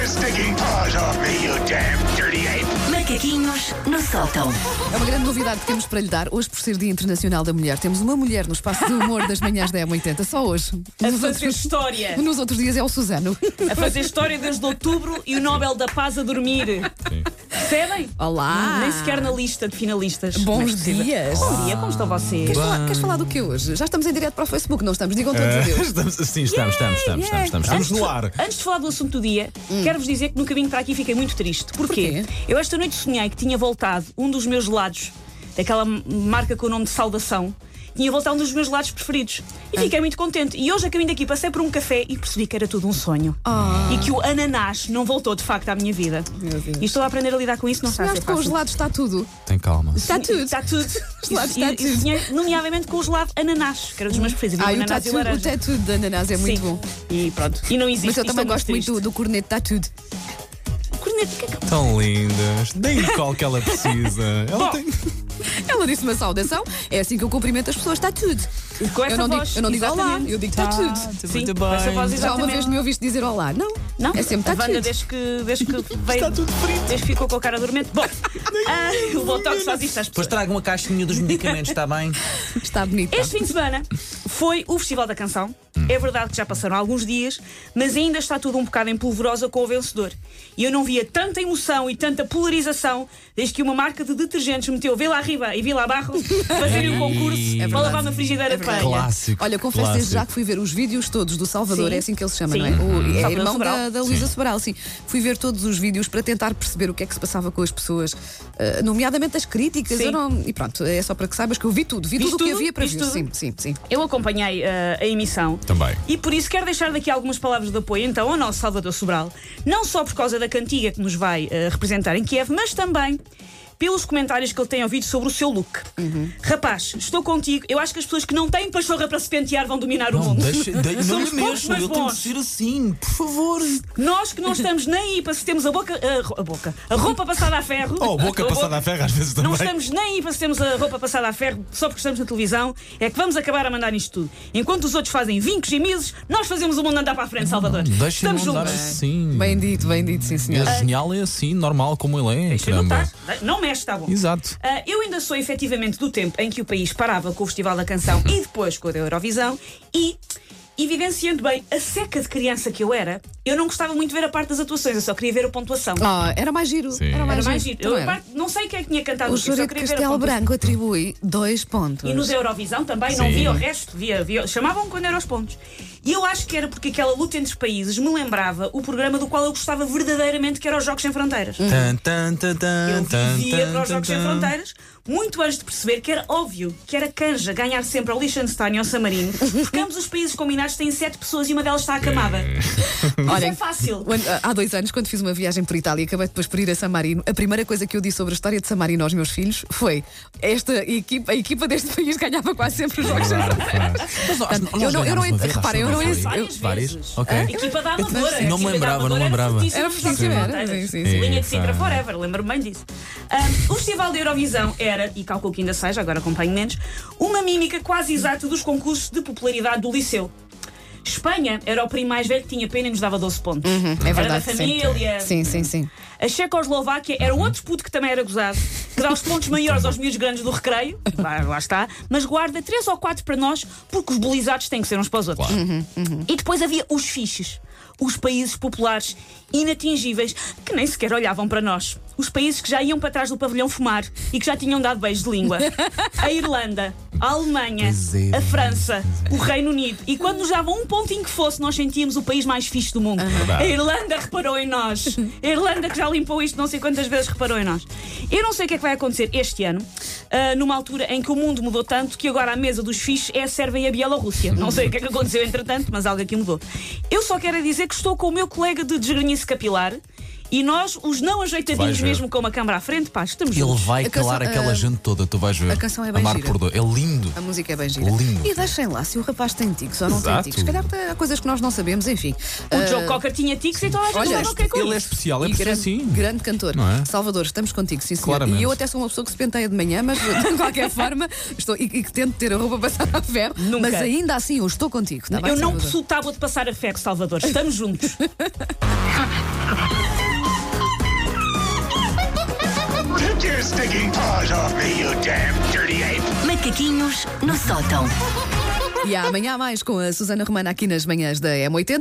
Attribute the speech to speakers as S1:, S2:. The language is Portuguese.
S1: paws off me, you damn dirty ape!
S2: Macaquinhos no sótão.
S3: É uma grande novidade que temos para lhe dar. Hoje, por ser Dia Internacional da Mulher, temos uma mulher no espaço de humor das manhãs da M80. Só hoje.
S4: a
S3: Nos
S4: fazer
S3: outros,
S4: história.
S3: nos outros dias é o Suzano.
S4: A fazer história desde outubro e o Nobel da Paz a dormir. Percebem?
S3: Olá.
S4: Nem sequer na lista de finalistas. Não é
S3: Bons
S4: possível.
S3: dias.
S4: Bom dia, como estão vocês?
S3: Queres falar, queres falar do que hoje? Já estamos em direto para o Facebook, não É. estamos? Digam
S5: É.
S3: todos adeus.
S6: Estamos, sim, estamos, estamos, estamos,
S4: Yeah.
S6: estamos, estamos, estamos no ar.
S4: Antes de falar do assunto do dia, quero-vos dizer que no caminho para aqui fiquei muito triste. Porquê?
S3: Hum. Porquê?
S4: Eu esta noite sonhei que tinha voltado um dos meus lados, daquela m- marca com o nome de Saudação, tinha voltado um dos meus lados preferidos. E
S3: Ah.
S4: fiquei muito contente. E hoje, a caminho daqui, passei por um café e percebi que era tudo um sonho. E que o ananás não voltou de facto à minha vida.
S3: Ah. Meu Deus.
S4: E estou a aprender a lidar com isso, não está a ser
S3: Sonhaste com os
S4: fácil.
S3: lados, está tudo.
S6: Tem calma.
S3: Está tudo.
S4: Está tudo.
S3: lados,
S4: E-
S3: está
S4: e-
S3: tudo.
S4: e sonhei, nomeadamente com o gelado ananás, que era um dos meus preferidos.
S3: Ah,
S4: Havia
S3: e o
S4: ananás e
S3: tatu, o
S4: laranja.
S3: tatu de ananás é muito
S4: Sim.
S3: bom.
S4: E pronto. E não existe.
S3: Mas eu
S4: Isto é
S3: também
S4: muito
S3: gosto muito
S4: triste.
S3: do, do corneto tatudo.
S4: Corneta, o que é que-
S6: Tão lindas. Deem qual que ela precisa. Ela
S4: Bom,
S6: tem.
S3: Ela disse uma saudação, é assim que eu cumprimento as pessoas, está tudo.
S4: Com essa
S3: eu não
S4: voz,
S3: digo, eu não digo olá,
S4: exatamente.
S3: eu digo está tudo.
S4: Sim, com essa
S3: Já
S4: voz,
S3: uma
S4: exatamente.
S3: vez me ouviste dizer olá? Não.
S4: Não,
S3: É sempre
S4: a
S3: está
S4: Wanda,
S3: tudo.
S4: desde que, desde que veio. Está tudo frito. Desde que ficou com a cara dormente. Bom, ah, o Botox faz isto às
S5: Depois
S4: pessoas.
S5: traga uma caixinha dos medicamentos, está bem?
S3: Está bonito.
S4: Este fim de semana foi o Festival da Canção. É verdade que já passaram alguns dias, mas ainda está tudo um bocado em polvorosa com o vencedor. E eu não via tanta emoção e tanta polarização desde que uma marca de detergentes meteu Vila Arriba e Vila Barro fazerem um concurso para lavar uma frigideira
S3: É
S4: de
S3: verdade.
S4: palha.
S6: Clássico.
S3: Olha, confesso desde
S6: clássico.
S3: já que fui ver os vídeos todos do Salvador,
S4: Sim.
S3: é assim que ele se chama,
S4: Sim. Uhum.
S3: não é? O, é
S4: Salvador
S3: irmão da,
S4: Sobral.
S3: da Luísa Sobral, sim. Fui ver todos os vídeos para tentar perceber o que é que se passava com as pessoas, eh, nomeadamente as críticas.
S4: Sim.
S3: eu não- e pronto, é só para que saibas que eu vi tudo, vi
S4: Viste
S3: tudo o que
S4: tudo?
S3: havia para
S4: Viste
S3: ver.
S4: tudo?
S3: Sim, sim, sim.
S4: Eu acompanhei eh, a emissão.
S6: Também.
S4: E por isso quero deixar daqui algumas palavras de apoio então ao nosso Salvador Sobral, não só por causa da cantiga que nos vai eh, representar em Kiev, mas também pelos comentários que ele tem ouvido sobre o seu look. Rapaz, estou contigo. Eu acho que as pessoas que não têm pachorra para se pentear vão dominar o
S5: Não,
S4: mundo.
S5: deixa, de, não
S4: Somos
S5: é
S4: poucos,
S5: mesmo,
S4: mas
S5: eu tenho
S4: bons.
S5: que ser assim, por favor.
S4: Nós que não estamos nem aí para se temos a boca. A, ro- a boca. A roupa passada a ferro.
S6: Oh, boca passada a ferro às vezes também.
S4: Não estamos nem aí para se temos a roupa passada a ferro só porque estamos na televisão. É que vamos acabar a mandar isto tudo. Enquanto os outros fazem vincos e mises, nós fazemos o mundo andar para a frente, Salvador.
S6: Deixem-me
S4: Estamos
S6: andar
S4: juntos.
S6: assim.
S3: Bem dito, bem dito, sim, senhor.
S5: ah,
S6: É genial, é assim, normal como ele é.
S4: Deixa eu
S6: caramba.
S4: notar. Não mexe, está bom.
S6: Exato.
S4: Ah, eu ainda sou efetivamente do tempo em que o país parava com o Festival da Canção e depois com a da Eurovisão e, evidenciando bem a seca de criança que eu era, eu não gostava muito de ver a parte das atuações, eu só queria ver a pontuação.
S3: Ah, era mais giro.
S6: Sim.
S3: Era mais
S4: Era
S3: giro.
S4: mais giro.
S3: Não
S4: Eu, a
S3: era?
S4: parte- não sei quem é que tinha cantado
S3: O
S4: aquilo, só
S3: juro de
S4: queria ver a
S3: Castelo
S4: pontuação.
S3: Branco atribui dois pontos.
S4: E nos Eurovisão também, não
S6: Sim.
S4: via o resto, via, via- chamavam quando eram os pontos. E eu acho que era porque aquela luta entre os países me lembrava o programa do qual eu gostava verdadeiramente, que era os Jogos Sem Fronteiras.
S5: Tan, tan, tan, tan,
S4: Eu
S5: tan,
S4: vivia
S5: tan,
S4: para os Jogos
S5: tan,
S4: Sem
S5: tan.
S4: Fronteiras, muito antes de perceber que era óbvio que era canja ganhar sempre ao Liechtenstein e ao Samarino, porque ambos os países combinados têm sete pessoas e uma delas está acamada. Mas é
S3: Olhem,
S4: fácil.
S3: Quando- Há dois anos, quando fiz uma viagem por Itália, acabei depois por ir a San Marino. A primeira coisa que eu disse sobre a história de San Marino aos meus filhos foi: esta equipa, a equipa deste país ganhava quase sempre os jogos.
S6: Claro, claro.
S5: Mas nós-
S3: Portanto,
S5: nós
S3: eu não- eu
S5: ganhámos
S3: não
S5: uma
S3: ent-
S5: vez, acho
S3: reparem,
S5: que
S3: eu não
S5: foi.
S3: ent-
S4: Várias
S3: eu-
S4: vezes. É,
S5: Ok.
S4: A equipa da Amadora. a
S5: Não me
S4: equipa da
S5: lembrava,
S4: Amadora
S5: não
S4: era
S5: lembrava.
S4: fortíssima
S3: Então, Era
S4: nos Jogos
S3: fortíssima,
S4: Sem
S3: era,
S4: Fronteiras.
S3: sim, sim,
S6: sim.
S4: Linha de Sintra
S6: Epa.
S4: Forever, lembro-me bem disso. Ahm, o Festival da Eurovisão era, e calculo que ainda seja, agora acompanho menos, uma mímica quase exata dos concursos de popularidade do Liceu. Espanha era o primo mais velho que tinha pena e nos dava 12 pontos.
S3: É
S4: era da
S3: verdade. sim.
S4: família.
S3: Sim, sim, sim.
S4: A Checoslováquia era um outro puto que também era gozado, que dá os pontos maiores aos miúdos grandes do recreio, lá, lá está, mas guarda três ou quatro para nós, porque os bolizados têm que ser uns para os outros. E depois havia os fiches, os países populares inatingíveis, que nem sequer olhavam para nós. Os países que já iam para trás do pavilhão fumar e que já tinham dado beijos de língua. A Irlanda, a Alemanha, a França, o Reino Unido. E quando nos davam um pontinho que fosse, nós sentíamos o país mais fixe do mundo. A Irlanda reparou em nós. A Irlanda que já limpou isto não sei quantas vezes reparou em nós. Eu não sei o que é que vai acontecer este ano, ah, numa altura em que o mundo mudou tanto que agora a mesa dos fiches é a Sérvia e a Bielorrússia. Não sei o que é que aconteceu entretanto, mas algo aqui mudou. Eu só quero é dizer que estou com o meu colega de desgrenhice capilar e nós, os não
S6: Vais
S4: ajeitadinhos
S6: ver.
S4: mesmo com uma câmara à frente, pá, estamos
S5: Ele
S4: juntos.
S5: vai
S3: A
S5: calar
S3: canção-
S5: aquela
S3: a-
S5: gente toda, tu vais ver.
S3: a canção é bem
S5: Amar
S3: gira.
S5: por dor. É lindo.
S3: A música é bem gira.
S5: Lindo.
S3: E deixem lá, se o rapaz tem ticos ou não
S6: Exato.
S3: tem ticos. Se calhar há coisas que nós não sabemos, enfim. Ah,
S4: O Joe Cocker tinha tics e toda a gente
S3: olha,
S4: estava ok com
S6: Ele é
S4: isso.
S6: especial, é
S3: E
S6: por ser
S3: grande,
S6: assim.
S3: grande cantor.
S6: Não é?
S3: Salvador, estamos contigo, sim, senhor.
S6: Claramente.
S3: E eu até sou uma pessoa que se penteia de manhã, mas de qualquer forma estou, e, e que tento ter a roupa passada a ferro,
S4: Nunca.
S3: mas ainda assim eu estou contigo. tá bem,
S4: Eu não
S3: Salvador?
S4: possuo tábua de passar a ferro, Salvador. Estamos juntos.
S1: Take your stinking paws off me, you damn dirty ape!
S2: Macaquinhos no sótão.
S3: E amanhã há mais com a Susana Romana aqui nas manhãs da M80.